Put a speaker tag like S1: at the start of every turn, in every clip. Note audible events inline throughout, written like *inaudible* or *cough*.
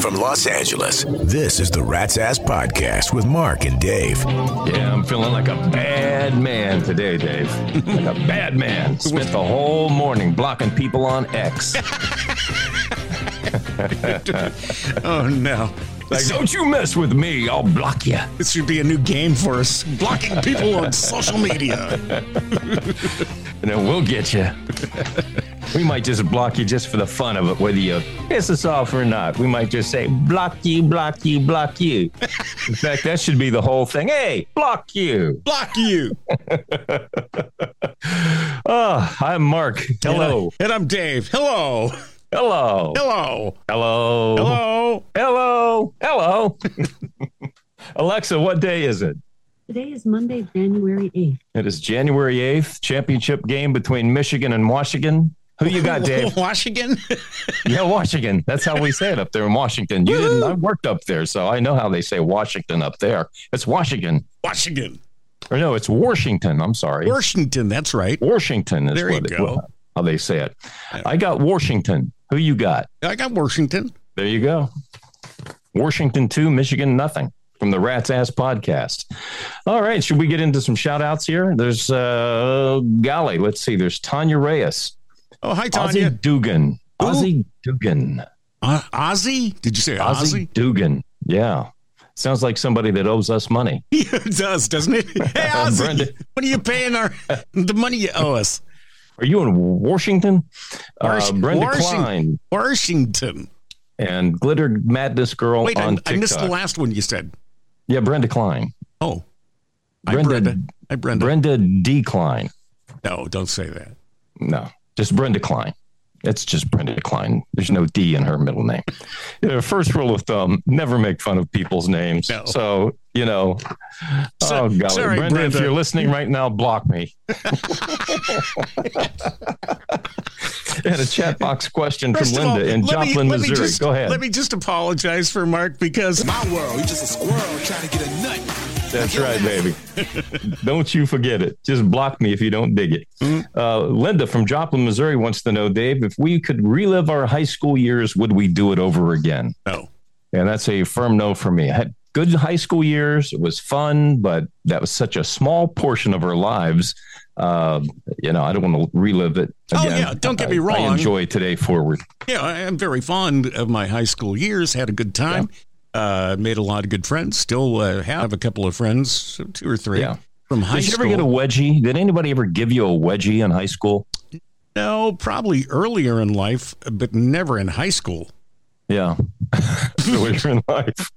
S1: From Los Angeles, this is the Rat's Ass Podcast with Mark and Dave.
S2: Yeah, I'm feeling like a bad man today, Dave. Like a bad man. Spent the whole morning blocking people on *laughs* X.
S3: Oh no.
S2: Like, don't you mess with me, I'll block you.
S3: This should be a new game for us. Blocking people on social media.
S2: And then we'll get you. we might just block you just for the fun of it, whether you piss us off or not. We might just say, block you, block you, block you. In fact, that should be the whole thing. Hey, block you.
S3: Block you.
S2: Oh, I'm Mark. Hello.
S3: And, I, am Dave. Hello.
S2: Hello.
S3: Hello.
S2: Hello.
S3: Hello.
S2: Hello. Hello. *laughs* Alexa, what day is it?
S4: Today is Monday, January 8th.
S2: It is January 8th, championship game between Michigan and Washington. Who you got, Dave?
S3: *laughs* Washington?
S2: yeah, Washington. That's how we say it up there in Washington. You didn't I worked up there, so I know how they say Washington up there. It's Washington.
S3: Washington.
S2: Or no, it's Washington. I'm sorry.
S3: Washington, that's right.
S2: Washington is
S3: There you
S2: what it-
S3: go.
S2: how they say it. I got Washington. Who you got?
S3: I got Washington.
S2: There you go. Washington 2, Michigan nothing from the Rat's Ass podcast. All right. Should we get into some shout outs here? There's, uh, golly, let's see. There's Tanya Reyes,
S3: Oh, hi, Tanya.
S2: Ozzie Dugan.
S3: Who?
S2: Ozzie Dugan.
S3: Uh, Ozzy? Did you say
S2: Ozzie
S3: Ozzy? *laughs*
S2: Dugan. Yeah. Sounds like somebody that owes us money.
S3: it does, doesn't
S2: *laughs*
S3: it? Hey,
S2: Brenda.
S3: Ozzy. what are you paying our the money you owe us?
S2: Are you in Washington?
S3: Wash-
S2: uh, Brenda
S3: Washing-
S2: Klein
S3: Washington.
S2: and Glittered Madness Girl
S3: Wait,
S2: Oh, on
S3: I,
S2: TikTok.
S3: I missed the last one you said.
S2: yeah, Brenda Klein.
S3: Oh. Hi,
S2: Brenda-
S3: Brenda. Hi, Brenda.
S2: Brenda D. Klein.
S3: No, don't say that.
S2: No, just Brenda Klein. It's just Brenda Klein. There's no D in her middle name. Uh, First rule of thumb: never make fun of people's names.
S3: No.
S2: So you know.
S3: So-
S2: oh golly,
S3: sorry,
S2: Brenda,
S3: Brenda.
S2: if you're listening right now, block
S3: *laughs*
S2: me. *laughs* and a chat box question
S3: First
S2: from
S3: of all,
S2: Linda in
S3: let me-
S2: Joplin,
S3: let me
S2: Missouri.
S3: just-
S2: Go ahead.
S3: Let me just apologize for Mark because
S5: My world, you just a squirrel trying to get a nut.
S2: That's right, baby.
S3: *laughs*
S2: don't you forget it. Just block me if you don't dig it.
S3: Mm-hmm.
S2: Uh, Linda from Joplin, Missouri wants to know, Dave, if we could relive our high school years, would we do it over again?
S3: no,
S2: And that's a firm no for me. I had good high school years. It was fun, but that was such a small portion of our lives. Uh, you know, I don't want to relive it.
S3: Oh,
S2: Again.
S3: yeah, don't get
S2: I-
S3: me
S2: I
S3: wrong.
S2: enjoy today forward.
S3: yeah, I am very fond of my high school years. Had a good time. Uh, made a lot of good friends. Still uh, have a couple of friends, two or three
S2: Yeah.
S3: from high
S2: Did you
S3: school.
S2: ever get a wedgie? Did anybody ever give you a wedgie in high school?
S3: no, probably earlier in life, but never in high school. *laughs*
S2: Yeah. Later in life.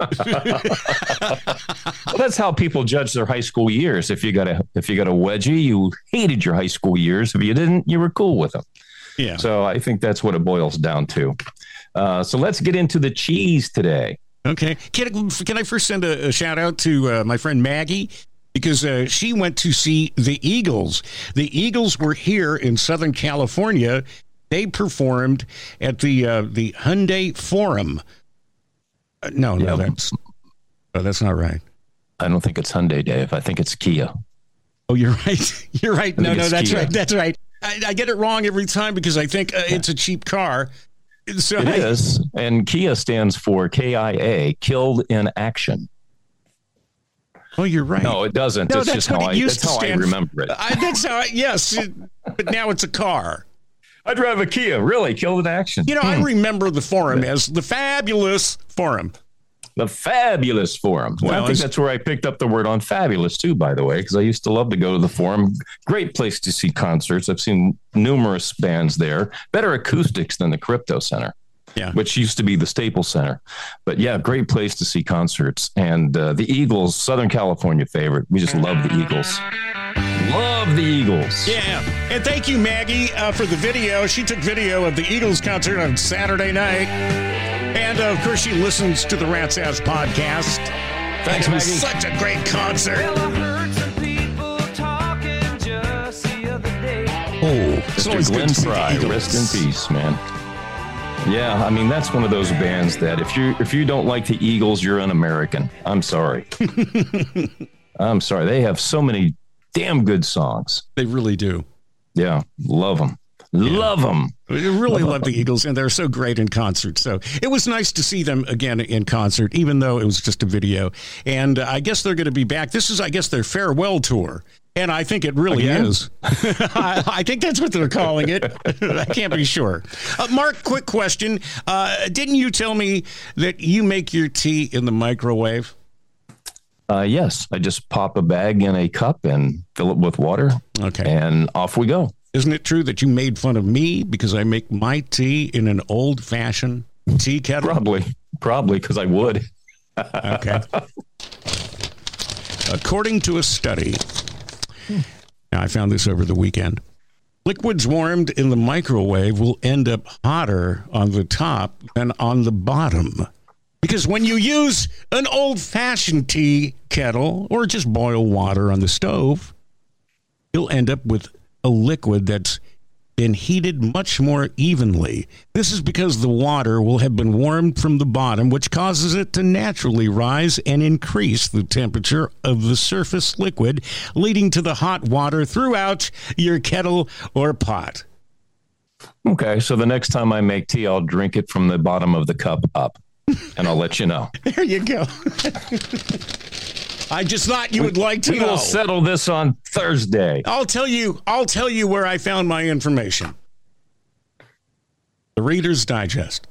S2: well, *laughs* that's how people judge their high school years. If you got a if you got a wedgie, you hated your high school years. If you didn't, you were cool with them.
S3: Yeah.
S2: So I think that's what it boils down to. Uh, so let's get into the cheese today.
S3: Okay. Can, can I first send a, a shout out to uh, my friend Maggie? Because uh, she went to see the Eagles. The Eagles were here in Southern California. They performed at the uh, the Hyundai Forum. Uh, no, no,
S2: Yep.
S3: that's oh, that's not right.
S2: I don't think it's Hyundai, Dave. I think it's Kia.
S3: Oh, you're *laughs* right. You're right. No,
S2: think
S3: no,
S2: it's
S3: that's
S2: Kia.
S3: right. That's right. I, I get it wrong every time because I think uh, it's a cheap car. So
S2: It
S3: I-
S2: is, and Kia stands for K I A, killed in action.
S3: Oh, you're right.
S2: No, it doesn't.
S3: No,
S2: it's
S3: that's
S2: just
S3: what
S2: how
S3: it
S2: I
S3: used
S2: that's
S3: to
S2: how I
S3: stand for.
S2: remember it.
S3: I, that's how. I, yes, it- but now it's a car.
S2: I drive a Kia. Really, killed in action.
S3: You know, I remember the forum as the fabulous forum.
S2: the fabulous forum. Well,
S3: Well,
S2: I think
S3: it's-
S2: that's where I picked up the word on fabulous too, by the way, because I used to love to go to the forum. Great place to see concerts. I've seen numerous bands there. Better acoustics than the Crypto Center.
S3: Yeah.
S2: Which used to be the Staples Center. But yeah, great place to see concerts. And uh, the Eagles, Southern California favorite. We just love the Eagles. Love the Eagles.
S3: Yeah. And thank you, Maggie, uh, for the video. She took video of the Eagles concert on Saturday night. And uh, of course, she listens to the Rats Ass podcast.
S2: Thanks,
S3: It was
S2: Maggie.
S3: Such a great concert.
S6: Well, I heard some people talking just the other day.
S3: Oh, it's
S2: Mr.
S3: always good
S2: Glenn
S3: to see the
S2: Fry,
S3: Eagles.
S2: rest in peace, man. Yeah, I mean that's one of those bands that if you if you don't like the Eagles, you're an American. I'm
S3: *laughs*
S2: sorry. I'm sorry. They have so many damn good songs.
S3: They really do.
S2: Yeah, love them. Love them.
S3: We really love the Eagles, and they're so great in concert. So it was nice to see them again in concert, even though it was just a video. And uh, I guess they're going to be back. This is, I guess, their farewell tour. And I think it really
S2: Again?
S3: is. *laughs* I, I think that's what they're calling it. I can't be sure. Uh, Mark, quick question. Uh, didn't you tell me that you make your tea in the microwave?
S2: Uh, yes, I just pop a bag in a cup and fill it with water,
S3: Okay.
S2: and off we go.
S3: Isn't it true that you made fun of me because I make my tea in an old fashioned tea kettle?
S2: Probably, probably because I would.
S3: Okay. According to a study, now I found this over the weekend. Liquids warmed in the microwave will end up hotter on the top than on the bottom. Because when you use an old fashioned tea kettle or just boil water on the stove, you'll end up with a liquid that's been heated much more evenly. This is because the water will have been warmed from the bottom, which causes it to naturally rise and increase the temperature of the surface liquid, leading to the hot water throughout your kettle or pot. *laughs*
S2: Okay, so the next time I make tea, I'll drink it from the bottom of the cup up, and I'll let you know.
S3: There you go. *laughs* I just thought you would like to
S2: We will
S3: know.
S2: settle this on Thursday.
S3: I'll tell you. I'll tell you where I found my information. The Reader's Digest.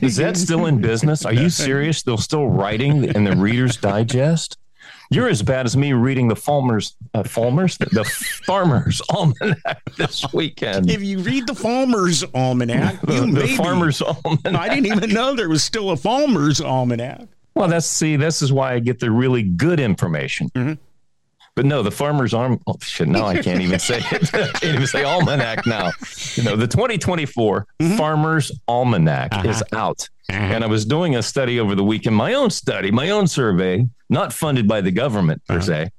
S2: Is that still in business? Are you serious? They're still writing in the Reader's Digest. You're as bad as me reading the Farmers, uh, Farmers, the Farmers Almanac this weekend.
S3: If you read the Farmer's
S2: *laughs*
S3: Almanac,
S2: the,
S3: you
S2: the
S3: may be-
S2: Farmers Almanac.
S3: *laughs* I didn't even know there was still a Farmer's Almanac.
S2: Well, that's see, this is why I get the really good information. But no, the farmer's arm. Oh, shit, now I can't even say it. *laughs* I can't even say almanac now. You know, the 2024 Farmer's Almanac is out. And I was doing a study over the weekend, my own study, my own survey, not funded by the government per se.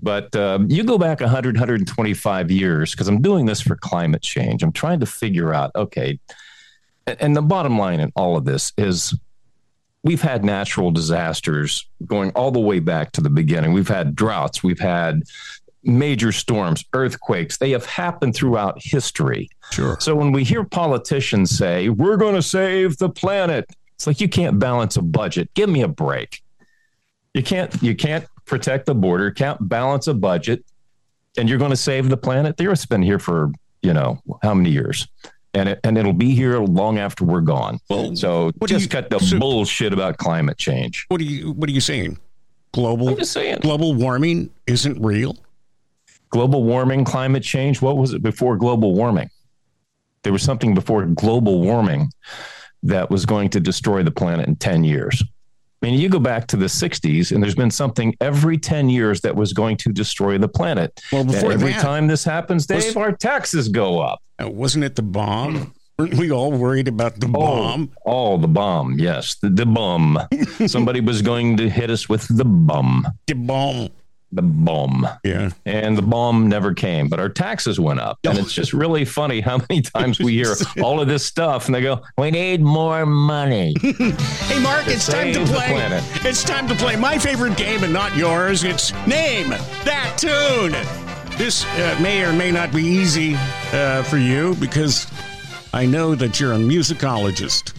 S2: But uh, you go back 100, 125 years, because I'm doing this for climate change. I'm trying to figure out, okay. and- And the bottom line in all of this is we've had natural disasters going all the way back to the beginning. We've had droughts, we've had major storms, earthquakes. They have happened throughout history.
S3: Sure.
S2: So when we hear politicians say, we're going to save the planet, it's like you can't balance a budget. Give me a break. You can't you can't protect the border, can't balance a budget, and you're going to save the planet. The Earth's been here for, you know, how many years? And it, and it'll be here long after we're gone.
S3: Well,
S2: so
S3: what do
S2: just
S3: you-
S2: cut the
S3: so-
S2: bullshit about climate change.
S3: What are you What are you saying? Global
S2: I'm just saying.
S3: global warming isn't real.
S2: Global warming, climate change. What was it before global warming? There was something before global warming that was going to destroy the planet in 10 years. I mean, you go back to the 60s, and there's been something every 10 years that was going to destroy the planet.
S3: Well,
S2: And
S3: before
S2: every
S3: that-
S2: time this happens, Dave,
S3: Was-
S2: our taxes go up.
S3: Uh, wasn't it the bomb? Weren't we all worried about the bomb?
S2: Oh, the bomb. Yes, the, the
S3: *laughs*
S2: bum. Somebody was going to hit us with the bum.
S3: The bomb.
S2: The bum.
S3: Yeah.
S2: and the bomb never came, but our taxes went up. And it's just really funny how many
S3: *laughs*
S2: times we hear all of this stuff and they go, We need more money.
S3: Hey, Mark, it's time to
S2: Save the
S3: play.
S2: planet.
S3: It's time to play my favorite game and not yours. It's Name That Tune. This uh, may or may not be easy uh, for you because I know that you're a musicologist,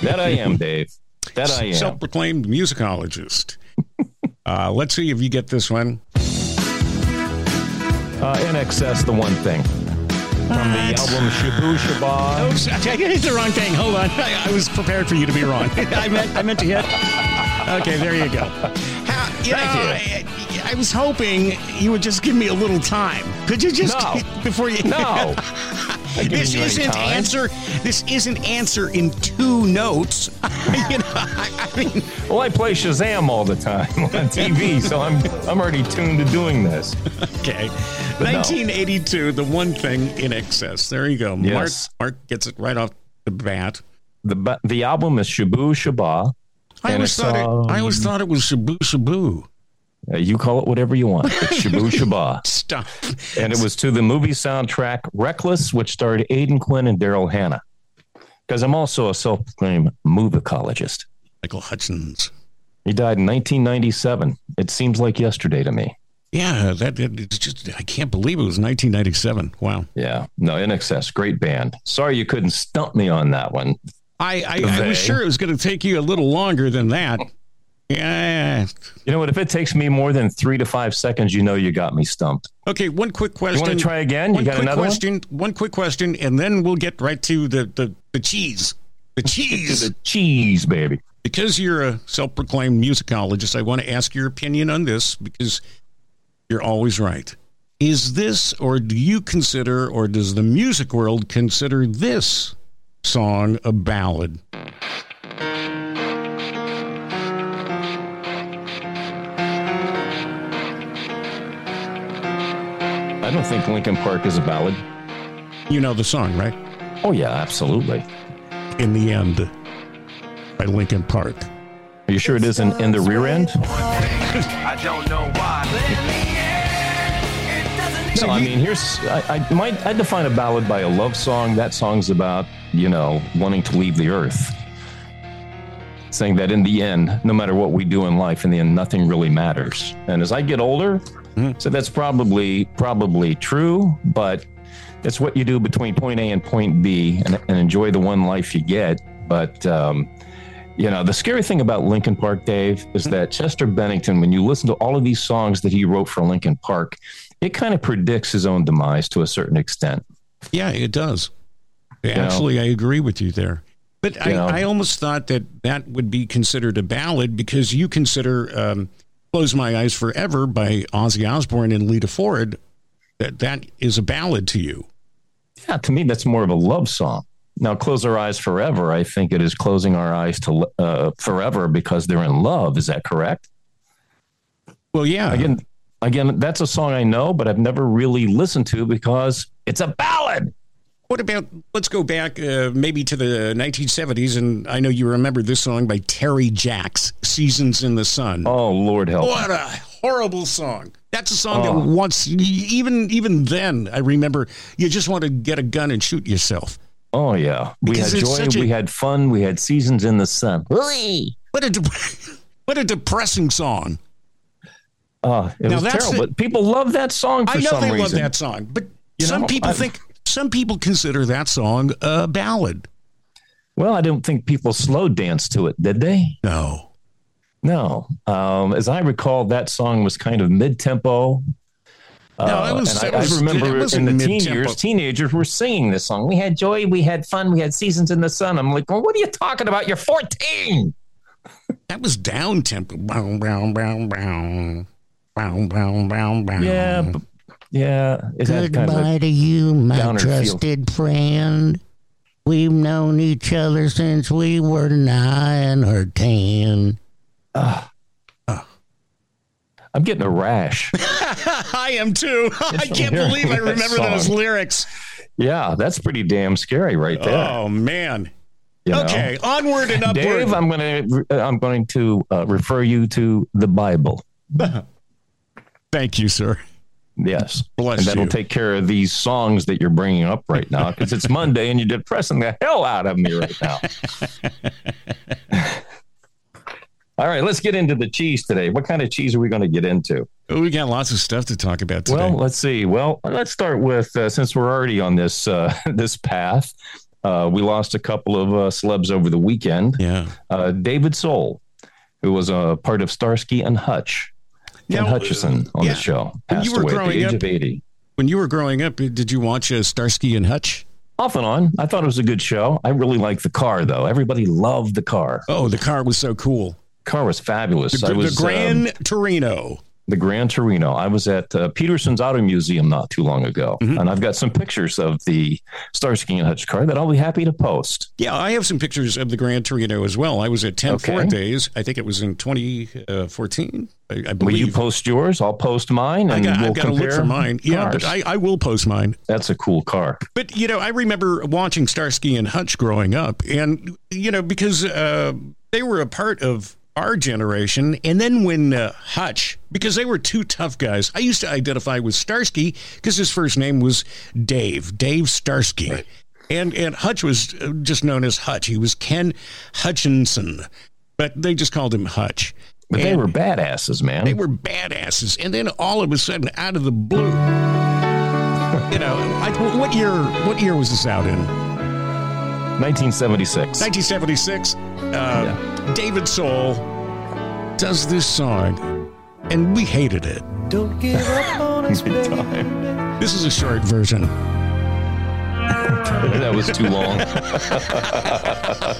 S2: that I am, Dave. That I am.
S3: self proclaimed musicologist. *laughs* uh, let's see if you get this one.
S2: uh, in excess, the one thing. From the album Shabu Shabba.
S3: Oops, *laughs* I hit the wrong thing. Hold on. I, I was prepared for you to be wrong. *laughs* I meant I meant to hit. Okay, there you go. How, you
S2: Thank
S3: know, I, I was hoping you would just give me a little time. Could you just
S2: No.
S3: *laughs* before you
S2: No. I give
S3: This
S2: you any
S3: isn't
S2: time.
S3: answer. This isn't answer in two notes. *laughs* you know, I, I mean,
S2: Well, I play Shazam all the time
S3: *laughs*
S2: on TV, so I'm I'm already tuned to doing this.
S3: okay.
S2: no.
S3: 1982, the one thing in excess. There you go.
S2: Yes.
S3: Mark, Mark gets it right off the bat.
S2: The ba- the album is Shabu Shabba.
S3: I
S2: And
S3: always
S2: it's,
S3: thought it, I
S2: um,
S3: always thought it was Shabu Shabu.
S2: Uh, you call it whatever you want. It's
S3: *laughs*
S2: Shabu Shabba.
S3: Stop.
S2: and it was to the movie soundtrack Reckless, which starred Aidan Quinn and Daryl Hannah. Because I'm also a self proclaimed musicologist.
S3: Michael Hutchins.
S2: He died in 1997. It seems like yesterday to me.
S3: Yeah, that, that it's just I can't believe it was 1997. Wow.
S2: Yeah. No, In Excess, great band. Sorry you couldn't stump me on that one.
S3: I I, I was
S2: They.
S3: sure it was going to take you a little longer than that. Yeah.
S2: You know what? If it takes me more than three to five seconds, you know you got me stumped.
S3: Okay, one quick question.
S2: You want to try again? You
S3: One
S2: got
S3: quick
S2: another one?
S3: question. One? quick question, and then we'll get right to the the, the cheese. The cheese.
S2: The cheese, baby.
S3: because you're a self-proclaimed musicologist, I want to ask your opinion on this because you're always right. Is this, or do you consider, or does the music world consider this song a ballad?
S2: I don't think Lincoln Park is a ballad.
S3: You know the song, right?
S2: Oh, yeah, absolutely.
S3: In the End by Linkin Park.
S2: Are you sure it isn't in the rear end?
S6: I don't know why, but in the end, it doesn't
S2: No, I mean, here's I, I might I define a ballad by a love song. That song's about you know wanting to leave the earth, saying that in the end, no matter what we do in life, in the end, nothing really matters. And as I get older, so that's probably probably true, but that's what you do between point A and point B, and, and enjoy the one life you get. But um, you know, the scary thing about Lincoln Park, Dave, is that Chester Bennington, when you listen to all of these songs that he wrote for Lincoln Park, it kind of predicts his own demise to a certain extent.
S3: Yeah, it does.
S2: know.
S3: Actually, I agree with you there. But I,
S2: Yeah.
S3: I almost thought that that would be considered a ballad because you consider um, Close My Eyes Forever by Ozzy Osbourne and Lita Ford, that, that is a ballad to you.
S2: Yeah, to me, that's more of a love song. Now, Close Our Eyes Forever, I think it is closing our eyes to uh, forever because they're in love. Is that correct?
S3: Well, yeah.
S2: Again, again, that's a song I know, but I've never really listened to because it's a ballad.
S3: What about, let's go back uh, maybe to the 1970s, and I know you remember this song by Terry Jacks, Seasons in the Sun.
S2: Oh, Lord help. me.
S3: What a horrible song. That's a song
S2: Oh.
S3: that once, even even then, I remember you just want to get a gun and shoot yourself.
S2: Oh, yeah. We
S3: Because
S2: had
S3: it's
S2: joy,
S3: such a-
S2: we had fun, we had seasons in the sun.
S3: What a de- *laughs* what a depressing song.
S2: Oh, it
S3: Now
S2: was
S3: that's
S2: terrible.
S3: the-
S2: but people love that song for
S3: I know
S2: some
S3: they love
S2: reason.
S3: that song, but
S2: You
S3: some
S2: know,
S3: people
S2: I-
S3: think some people consider that song a ballad.
S2: Well, I don't think people slow dance to it, did they?
S3: No,
S2: No. Um, as I recall, that song was kind of mid tempo.
S3: no, it was.
S2: and I,
S3: it
S2: I
S3: was- it
S2: remember in
S3: wasn't
S2: the teen
S3: mid-tempo.
S2: years, teenagers were singing this song. We had joy, we had fun, we had seasons in the sun. I'm like, well, what are you talking about? You're 14.
S3: That was down tempo. Bow, bow, bow, bow. Bow, bow, bow, bow.
S2: Yeah. b- Yeah. It had kind of a-
S7: Goodbye to you, my
S2: downer feel.
S7: trusted friend. We've known each other since we were nine or ten.
S2: I'm getting a
S3: *laughs*
S2: rash.
S3: *laughs* I am too. *laughs* I can't
S2: hearing
S3: believe I
S2: that
S3: remember those
S2: song.
S3: lyrics.
S2: yeah. That's pretty damn scary right there.
S3: Oh man.
S2: you know?
S3: Okay, onward and upward.
S2: Dave, I'm going to I'm going to uh, refer you to the Bible.
S3: Thank you, sir.
S2: Yes,
S3: Bless
S2: and that'll
S3: you.
S2: take care of these songs that you're bringing up right now because it's Monday and you're depressing the hell out of me right now. All right, let's get into the cheese today. What kind of cheese are we going to get into?
S3: We got lots of stuff to talk about today.
S2: Well, let's see. Well, let's start with uh, since we're already on this uh, *laughs* this path. Uh, we lost a couple of uh, celebs over the weekend.
S3: yeah.
S2: uh, David Soul, who was a part of Starsky and Hutch, Ken
S3: Now,
S2: Hutchison on
S3: yeah.
S2: the show,
S3: When
S2: passed
S3: you were
S2: away at the
S3: growing
S2: age
S3: up-
S2: of 80.
S3: When you were growing up, did you watch uh, Starsky and Hutch?
S2: Off and on, I thought it was a good show. I really liked the car, though. Everybody loved the car.
S3: Oh, the car was so cool.
S2: Car was fabulous.
S3: The,
S2: I was
S3: the Gran
S2: um,
S3: Torino.
S2: the Gran Torino. I was at uh, Peterson's Auto Museum not too long ago,
S3: Mm-hmm.
S2: and I've got some pictures of the Starsky and Hutch car that I'll be happy to post.
S3: Yeah, I have some pictures of the Gran Torino as well. I was at 10
S2: Okay.
S3: Ford Days. I think it was in 2014. I, I
S2: Will you
S3: believe.
S2: post yours? I'll post mine,
S3: I
S2: and
S3: got,
S2: we'll
S3: I've got to
S2: compare.
S3: look for mine. Yeah, but
S2: cars.
S3: I, I will post mine.
S2: That's a cool car.
S3: But you know, I remember watching Starsky and Hutch growing up, and you know because uh, they were a part of our generation. And then when uh, Hutch, because they were two tough guys, I used to identify with Starsky because his first name was Dave, Dave Starsky, and and Hutch was uh, just known as Hutch. He was Ken Hutchinson, but they just called him Hutch.
S2: But they
S3: And-
S2: were badasses, man.
S3: They were badasses. And then all of a sudden, out of the blue, you know, I, what year? What year was this out in?
S2: 1976. *laughs*
S3: 1976. Uh, David Soul does this song, and we hated it.
S6: Don't give up on us,
S2: Good
S6: baby.
S2: time.
S3: This is a short version. *laughs*
S2: that was too long. *laughs*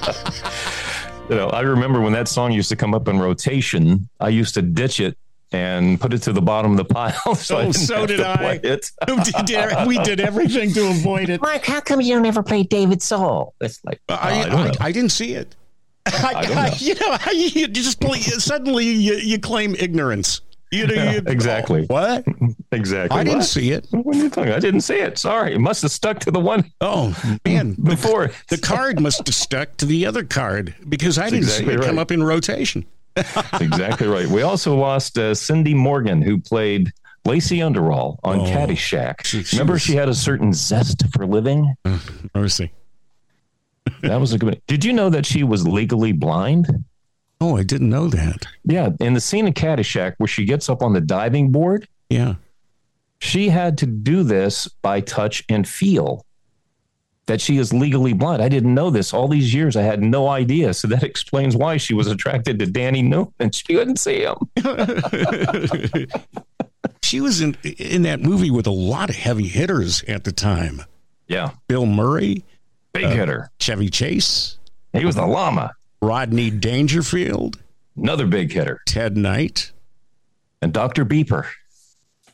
S2: you know, I remember when that song used to come up in rotation. I used to ditch it and put it to the bottom of the pile. *laughs* So, I
S3: Oh,
S2: didn't
S3: so
S2: have
S3: did
S2: to
S3: I.
S2: play it.
S3: We did- we did everything to avoid it.
S2: Mike, how come you don't ever play David Soul? It's like
S3: I,
S2: I don't
S3: I,
S2: know.
S3: I, didn't see it. *laughs* I,
S2: don't know.
S3: you know, you just play, suddenly you, you claim ignorance. You know, you,
S2: exactly.
S3: What?
S2: exactly.
S3: I didn't
S2: What?
S3: see it.
S2: What are you talking? I didn't see it. Sorry, it must have stuck to the one *laughs*
S3: Oh man,
S2: before.
S3: the card must have stuck to the other card because I didn't
S2: exactly
S3: see it come
S2: right.
S3: up in rotation.
S2: That's exactly right. We also lost uh, Cindy Morgan, who played Lacey Underall on
S3: Oh.
S2: Caddyshack.
S3: She- she
S2: Remember,
S3: was-
S2: she had a certain zest for living.
S3: Mercy.
S2: That was a good. Did you know that she was legally blind?
S3: Oh, I didn't know that.
S2: Yeah, in the scene in Caddyshack where she gets up on the diving board,
S3: Yeah.
S2: she had to do this by touch and feel. That she is legally blind. I didn't know this all these years. I had no idea. So that *laughs* explains why she was attracted to Danny Newman. *laughs* She couldn't see him.
S3: She was in in that movie with a lot of heavy hitters at the time.
S2: Yeah,
S3: Bill Murray,
S2: big hitter.
S3: Chevy Chase,
S2: He was the llama.
S3: Rodney Dangerfield,
S2: Another big hitter.
S3: Ted Knight.
S2: and Dr. Beeper.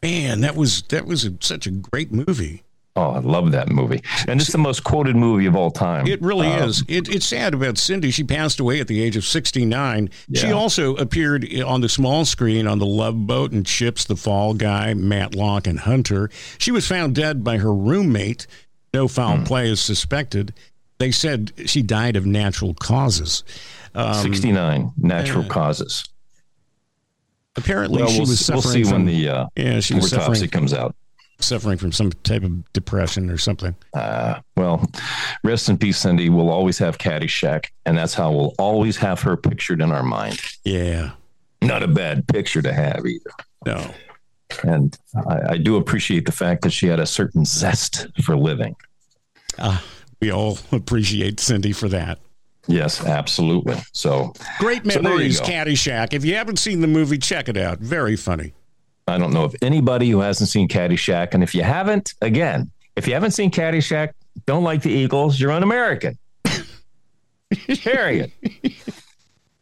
S3: Man, that was that was a, such a great movie.
S2: Oh, I love that movie. And it's the most quoted movie of all time.
S3: It really
S2: Uh,
S3: is. It, it's sad about Cindy. She passed away at the age of 69. She
S2: Yeah.
S3: also appeared on the small screen on The Love Boat and Chips, The Fall Guy, Matlock, and Hunter. She was found dead by her roommate. No
S2: Hmm.
S3: foul play is suspected. They said she died of natural causes. um,
S2: 69 natural causes.
S3: Apparently,
S2: Well,
S3: uh, she
S2: we'll,
S3: was
S2: we'll
S3: suffering
S2: see when
S3: from,
S2: the uh,
S3: yeah, she was
S2: autopsy
S3: suffering,
S2: comes out.
S3: suffering from some type of depression or something.
S2: Uh, well, rest in peace, Cindy. We'll always have Caddyshack, and that's how we'll always have her pictured in our mind.
S3: Yeah.
S2: Not a bad picture to have either.
S3: No.
S2: And I, I do appreciate the fact that she had a certain zest for living.
S3: We all *laughs* appreciate Cindy for that.
S2: Yes, absolutely. So
S3: Great
S2: So there you
S3: memories,
S2: go.
S3: Caddyshack. If you haven't seen the movie, check it out. Very funny.
S2: I don't know of anybody who hasn't seen Caddyshack. And if you haven't, again, if you haven't seen Caddyshack, don't like the Eagles, you're un American. *laughs* Period.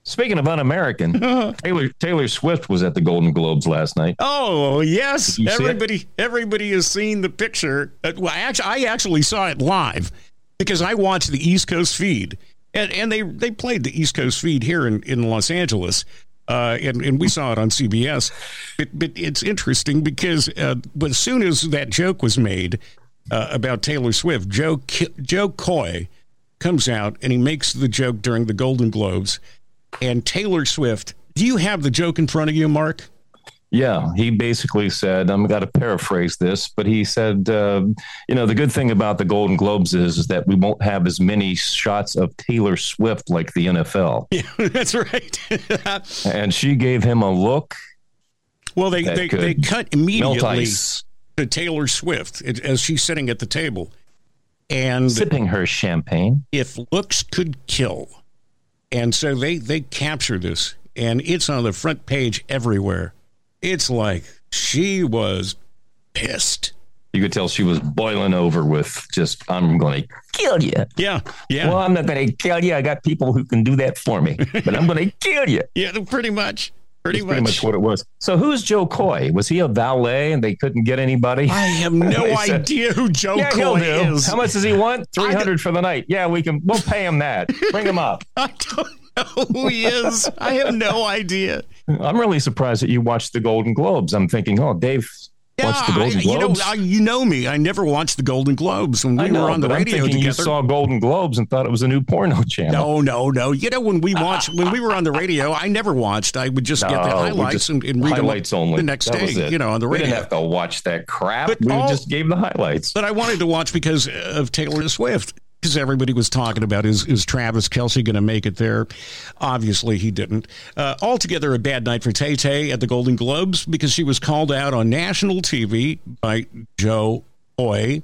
S2: Speaking of un American, Taylor, Taylor Swift was at the Golden Globes last night.
S3: Oh yes,
S2: you see it?
S3: everybody, everybody has seen the picture. Uh, well, actually, I actually saw it live because I watched the East Coast feed, and, and they they played the East Coast feed here in, in Los Angeles, uh, and and we saw it on CBS. But, but it's interesting because uh, but as soon as that joke was made uh, about Taylor Swift, Joe Ki- Joe Coy comes out and he makes the joke during the Golden Globes, and Taylor Swift. Do you have the joke in front of you, Mark?
S2: Yeah, he basically said, I'm going to paraphrase this, but he said, uh, you know, the good thing about the Golden Globes is, is that we won't have as many shots of Taylor Swift like the NFL.
S3: *laughs* Yeah, that's right. *laughs*
S2: And she gave him a look.
S3: well, they,
S2: That
S3: they,
S2: could
S3: they
S2: Melt
S3: cut immediately
S2: ice.
S3: to Taylor Swift it- as she's sitting at the table. And
S2: Sipping her champagne.
S3: if looks could kill. And so they, they capture this, and it's on the front page everywhere. It's like she was pissed.
S2: You could tell she was boiling over with just, I'm going to kill you.
S3: Yeah, yeah,
S2: Well, I'm not going to kill you. I got people who can do that for me, but I'm going to kill you.
S3: yeah, pretty much. *laughs* Pretty
S2: Pretty
S3: much.
S2: much what it was. So, who's Joe Coy? Was he a valet and they couldn't get anybody?
S3: I have
S2: *laughs*
S3: no
S2: They said-
S3: idea who Joe
S2: yeah, he'll
S3: Coy
S2: do.
S3: is.
S2: How much does he want? Three hundred for the night. Yeah, we can. We'll pay him that. Bring him up.
S3: *laughs* I don't know who he is. I have no idea.
S2: *laughs* I'm really surprised that you watched the Golden Globes. I'm thinking, oh, Dave watched the Golden
S3: I, you know,
S2: Globes.
S3: I, you know me. I never watched the Golden Globes when we
S2: I know,
S3: were on the
S2: but I'm
S3: radio
S2: thinking
S3: together.
S2: You saw Golden Globes and thought it was a new porno *laughs* channel.
S3: no, no, no. You know when we watched when we were on the radio, I never watched. I would just get the
S2: No, Uh, we
S3: highlights
S2: just-
S3: and, and read them
S2: highlights only
S3: the next
S2: That
S3: day.
S2: was it.
S3: You know, on the
S2: We didn't
S3: radio.
S2: have to watch that crap.
S3: But
S2: we
S3: all-
S2: just gave the highlights.
S3: But I wanted to watch because of Taylor Swift. because everybody was talking about is is Travis Kelsey going to make it there? Obviously, he didn't. Uh, altogether, a bad night for Tay Tay at the Golden Globes because she was called out on national TV by Joe Oy.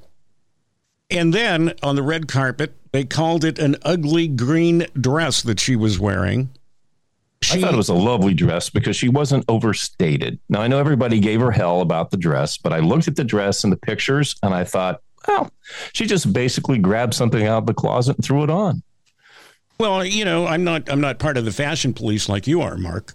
S3: And then on the red carpet, they called it an ugly green dress that she was wearing.
S2: I
S3: She,
S2: thought it was a lovely dress because she wasn't overstated. Now I know everybody gave her hell about the dress, but I looked at the dress and the pictures and I thought, well, she just basically grabbed something out of the closet and threw it on.
S3: well, you know, I'm not I'm not part of the fashion police like you are, Mark.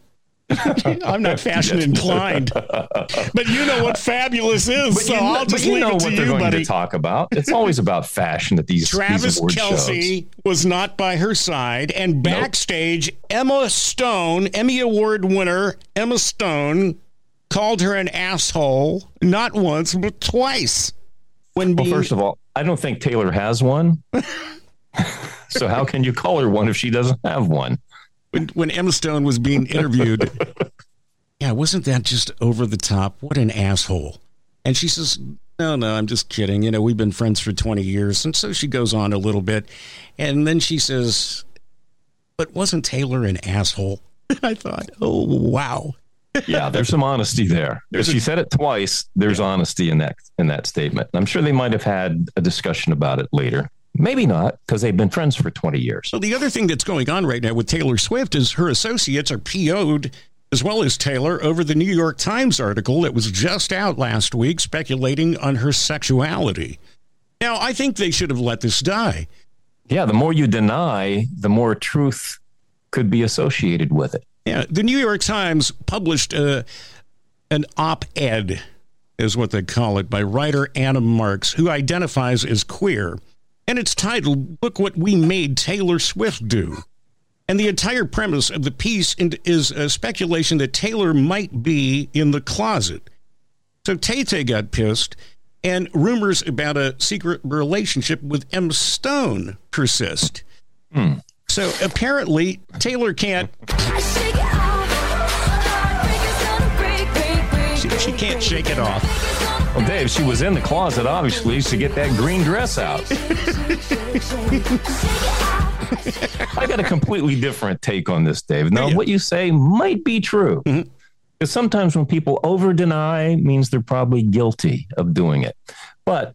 S3: *laughs* I'm not fashion inclined, but you know what fabulous is. so
S2: you
S3: I'll
S2: but
S3: just
S2: you
S3: leave
S2: know
S3: it
S2: what
S3: to
S2: they're
S3: you,
S2: going
S3: buddy.
S2: to talk about. It's always about fashion at these these
S3: Travis
S2: award shows.
S3: Kelsey was not by her side, and backstage, Emma Stone, Emmy Award winner Emma Stone, called her an asshole not once but twice. When
S2: Well,
S3: being,
S2: first of all, I don't think Taylor has
S3: *laughs*
S2: one. so how can you call her one if she doesn't have one?
S3: when, when Emma Stone was being interviewed, yeah, wasn't that just over the top? What an asshole! And she says, "No, no, I'm just kidding. You know, we've been friends for 20 years." And so she goes on a little bit, and then she says, "But wasn't Taylor an asshole?" *laughs* I thought, "Oh, wow."
S2: Yeah, there's some honesty there. If she said it twice, there's honesty in that in that statement. I'm sure they might have had a discussion about it later. Maybe not, because they've been friends for 20 years.
S3: So the other thing that's going on right now with Taylor Swift is her associates are PO'd as well as Taylor over the New York Times article that was just out last week speculating on her sexuality. Now, I think they should have let this die.
S2: Yeah, the more you deny, the more truth could be associated with it.
S3: Yeah, the New York Times published uh, an op ed, is what they call it, by writer Anna Marks, who identifies as queer. And it's titled, Look What We Made Taylor Swift Do. And the entire premise of the piece in- is a speculation that Taylor might be in the closet. So Tay Tay got pissed, and rumors about a secret relationship with M. Stone persist. So apparently, Taylor can't She, she can't shake it off.
S2: Well, Dave, she was in the closet, obviously, to get that green dress out. *laughs* I got a completely different take on this, Dave. Now, what you say might be true. Because sometimes when people over deny means they're probably guilty of doing it. But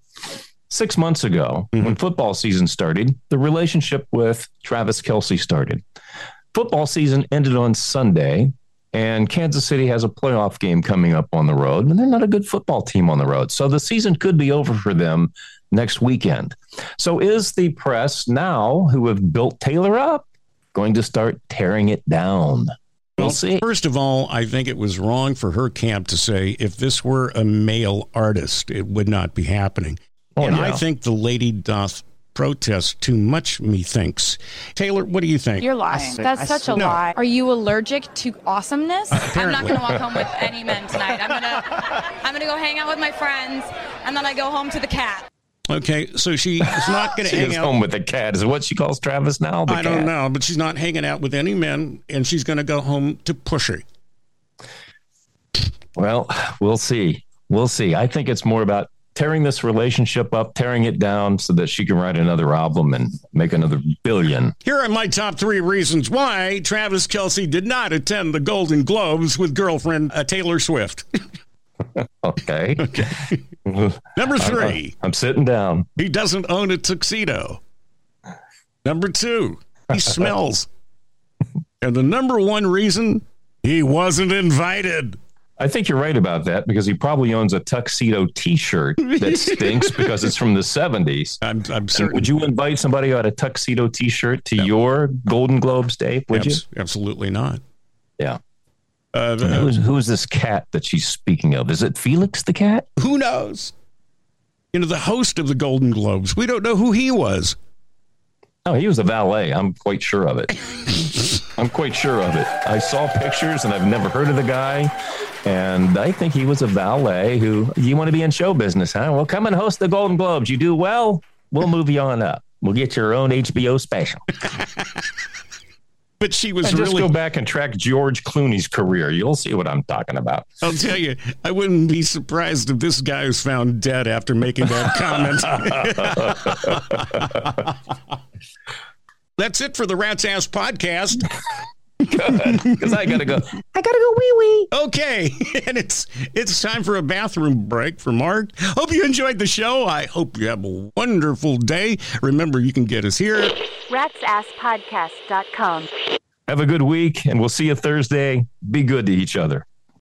S2: six months ago, when football season started, the relationship with Travis Kelsey started. Football season ended on Sunday, and Kansas City has a playoff game coming up on the road, and they're not a good football team on the road. So the season could be over for them next weekend. So is the press now, who have built Taylor up, going to start tearing it down? We'll see.
S3: First of all, I think it was wrong for her camp to say if this were a male artist, it would not be happening.
S2: Oh,
S3: and I
S2: yeah.
S3: think the lady doth protest too much, methinks. Taylor, what do you think?
S8: You're lying. That's such a
S3: No.
S8: lie. Are you allergic to
S3: *laughs*
S8: awesomeness? I'm not
S3: apparently.
S8: gonna walk home with any men tonight. I'm gonna I'm gonna go hang out with my friends and then I go home to the cat.
S3: okay, so she is not going to
S2: *laughs* She
S3: hang
S2: is
S3: out.
S2: home with the cat. Is what she calls Travis now? The
S3: I don't
S2: cat.
S3: know, but she's not hanging out with any men, and she's going to go home to Pusher.
S2: Well, we'll see. We'll see. I think it's more about tearing this relationship up, tearing it down so that she can write another album and make another billion.
S3: Here are my top three reasons why Travis Kelsey did not attend the Golden Globes with girlfriend uh, Taylor Swift. *laughs*
S2: Okay.
S3: Number
S2: Uh-huh.
S3: three.
S2: I'm sitting down.
S3: He doesn't own a tuxedo. Number two,
S2: *laughs*
S3: he smells. And the number one reason, he wasn't invited.
S2: I think you're right about that because he probably owns a tuxedo t shirt
S3: *laughs*
S2: that stinks because it's from the 70s.
S3: I'm, I'm
S2: And
S3: certain.
S2: would you invite somebody who had a tuxedo t shirt to your Golden Globes, Dave? Would you?
S3: Abs- Absolutely not.
S2: Yeah.
S3: Uh,
S2: And Who's, who's this cat that she's speaking of? Is it Felix the cat?
S3: who knows? You know, the host of the Golden Globes, we don't know who he was.
S2: Oh, he was a valet. I'm quite sure of *laughs* it. I'm quite sure of it. I saw pictures and I've never heard of the guy. And I think he was a valet who, you want to be in show business, huh? Well, come and host the Golden Globes. You do well, we'll move you on up. We'll get your own HBO special.
S3: but she was
S2: And just
S3: really
S2: go back and track George Clooney's career. You'll see what I'm talking about.
S3: I'll tell you, I wouldn't be surprised if this guy was found dead after making that
S2: *laughs*
S3: comment. That's it for the Rat's Ass podcast.
S2: Because I gotta go. *laughs* I gotta go wee wee.
S3: Okay, *laughs* and it's it's time for a bathroom break for Mark. Hope you enjoyed the show. I hope you have a wonderful day. Remember, you can get us here.
S9: Rasasspodcast.com.
S2: Have a good week, and we'll see you Thursday. Be good to each other.